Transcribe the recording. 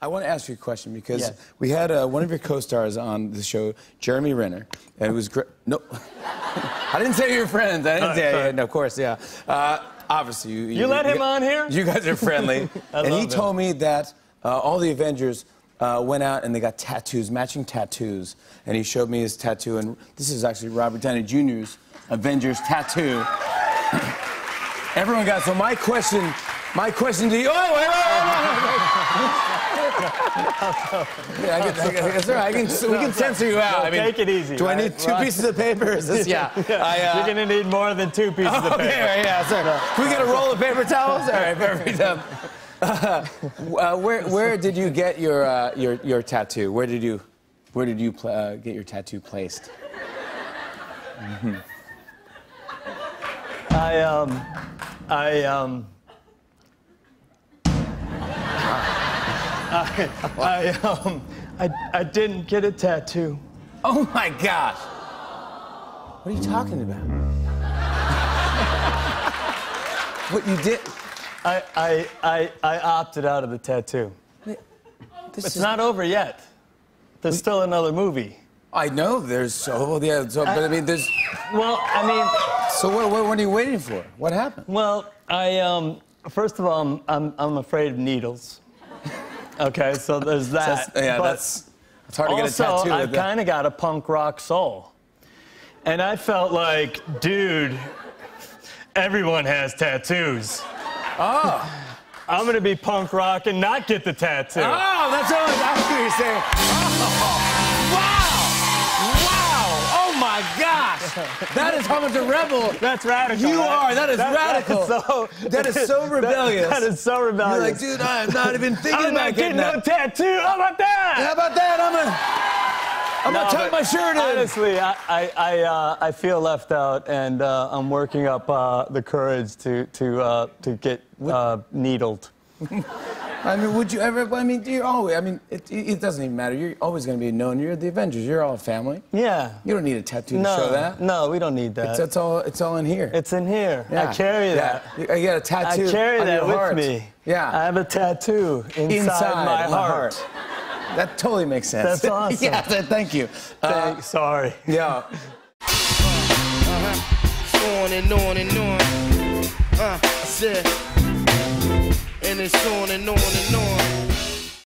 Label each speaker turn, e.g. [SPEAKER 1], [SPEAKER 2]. [SPEAKER 1] I want to ask you a question because
[SPEAKER 2] Yes.
[SPEAKER 1] we had uh, one of your co-stars on the show, Jeremy Renner, and it was great. No, I didn't say you're friends. I didn't
[SPEAKER 2] All
[SPEAKER 1] say.
[SPEAKER 2] right,
[SPEAKER 1] Yeah, no, of course, yeah. Uh, obviously, you. You,
[SPEAKER 2] Oh, let him on here?
[SPEAKER 1] You guys are friendly,
[SPEAKER 2] I
[SPEAKER 1] and he
[SPEAKER 2] love that.
[SPEAKER 1] told me that uh, all the Avengers. Uh, went out and they got tattoos, matching tattoos. And he showed me his tattoo, and this is actually Robert Downey Jr.'s Avengers tattoo. Everyone got so my question, my question to you. Oh, wait, wait, wait, wait, wait. Yeah, I can, I can, that's all right. I can, so we can censor you out.
[SPEAKER 2] no,
[SPEAKER 1] I mean,
[SPEAKER 2] take it easy,
[SPEAKER 1] Do I
[SPEAKER 2] right?
[SPEAKER 1] need two
[SPEAKER 2] Right.
[SPEAKER 1] pieces of paper? Is this, yeah. I, uh,
[SPEAKER 2] You're gonna need more than two pieces
[SPEAKER 1] okay,
[SPEAKER 2] of paper.
[SPEAKER 1] right, yeah, sorry. Can we get a roll of paper towels? All right, perfect. Um, uh, where, where did you get your, uh, your, your tattoo? Where did you, where did you pla uh, get your tattoo placed?
[SPEAKER 2] I um, I um. I, I, um, I, I didn't get a tattoo.
[SPEAKER 1] Oh my gosh. What are you talking about? what you did?
[SPEAKER 2] I, I, I, I opted out of the tattoo.
[SPEAKER 1] This
[SPEAKER 2] It's not over yet. There's still another movie.
[SPEAKER 1] I know there's so yeah. So but I mean there's.
[SPEAKER 2] Well, I mean,
[SPEAKER 1] So what, what? What are you waiting for? What happened?
[SPEAKER 2] well, I um, first of all, I'm, I'm, I'm afraid of needles. Okay, so there's
[SPEAKER 1] That's-
[SPEAKER 2] that.
[SPEAKER 1] yeah,
[SPEAKER 2] But-
[SPEAKER 1] that's. It's hard to get a
[SPEAKER 2] also,
[SPEAKER 1] tattoo.
[SPEAKER 2] I've
[SPEAKER 1] with that.
[SPEAKER 2] kind of got a punk rock soul. And I felt like, dude, everyone has tattoos.
[SPEAKER 1] Oh.
[SPEAKER 2] I'm gonna be punk rock and not get the tattoo.
[SPEAKER 1] Oh, that's all. That's what you're saying. Oh, wow. Wow. Oh my gosh. That is how much a rebel.
[SPEAKER 2] That's radical.
[SPEAKER 1] You
[SPEAKER 2] right?
[SPEAKER 1] are. That is radical.
[SPEAKER 2] so,
[SPEAKER 1] That is so rebellious.
[SPEAKER 2] that is so
[SPEAKER 1] You're like,
[SPEAKER 2] rebellious.
[SPEAKER 1] dude, I'm not even thinking
[SPEAKER 2] I'm
[SPEAKER 1] about
[SPEAKER 2] not getting no
[SPEAKER 1] that.
[SPEAKER 2] tattoo. How about
[SPEAKER 1] How
[SPEAKER 2] that?
[SPEAKER 1] about that? I'm gonna. I'm
[SPEAKER 2] No,
[SPEAKER 1] gonna tuck
[SPEAKER 2] but
[SPEAKER 1] my shirt in.
[SPEAKER 2] Honestly, I I I, uh, I feel left out, and uh, I'm working up uh, the courage to to uh, to get uh, needled.
[SPEAKER 1] I mean, would you ever? I mean, you're always. I mean, it, it it doesn't even matter. You're always going to be known. You're the Avengers. You're all family.
[SPEAKER 2] Yeah.
[SPEAKER 1] You don't need a tattoo
[SPEAKER 2] no,
[SPEAKER 1] to show that.
[SPEAKER 2] No, we don't need that.
[SPEAKER 1] It's, that's all. It's all in here.
[SPEAKER 2] It's in here. I carry that.
[SPEAKER 1] Yeah. You- You got a
[SPEAKER 2] I
[SPEAKER 1] tattoo.
[SPEAKER 2] carry
[SPEAKER 1] on
[SPEAKER 2] that
[SPEAKER 1] your
[SPEAKER 2] with
[SPEAKER 1] heart.
[SPEAKER 2] me. I
[SPEAKER 1] Yeah.
[SPEAKER 2] have a tattoo inside,
[SPEAKER 1] Inside
[SPEAKER 2] my
[SPEAKER 1] the
[SPEAKER 2] heart.
[SPEAKER 1] That totally makes sense.
[SPEAKER 2] That's awesome.
[SPEAKER 1] yeah. th- thank you. Uh,
[SPEAKER 2] Thank- sorry.
[SPEAKER 1] yeah.
[SPEAKER 3] Uh-huh. on and on and on. Uh, I said, and it's on and on and on.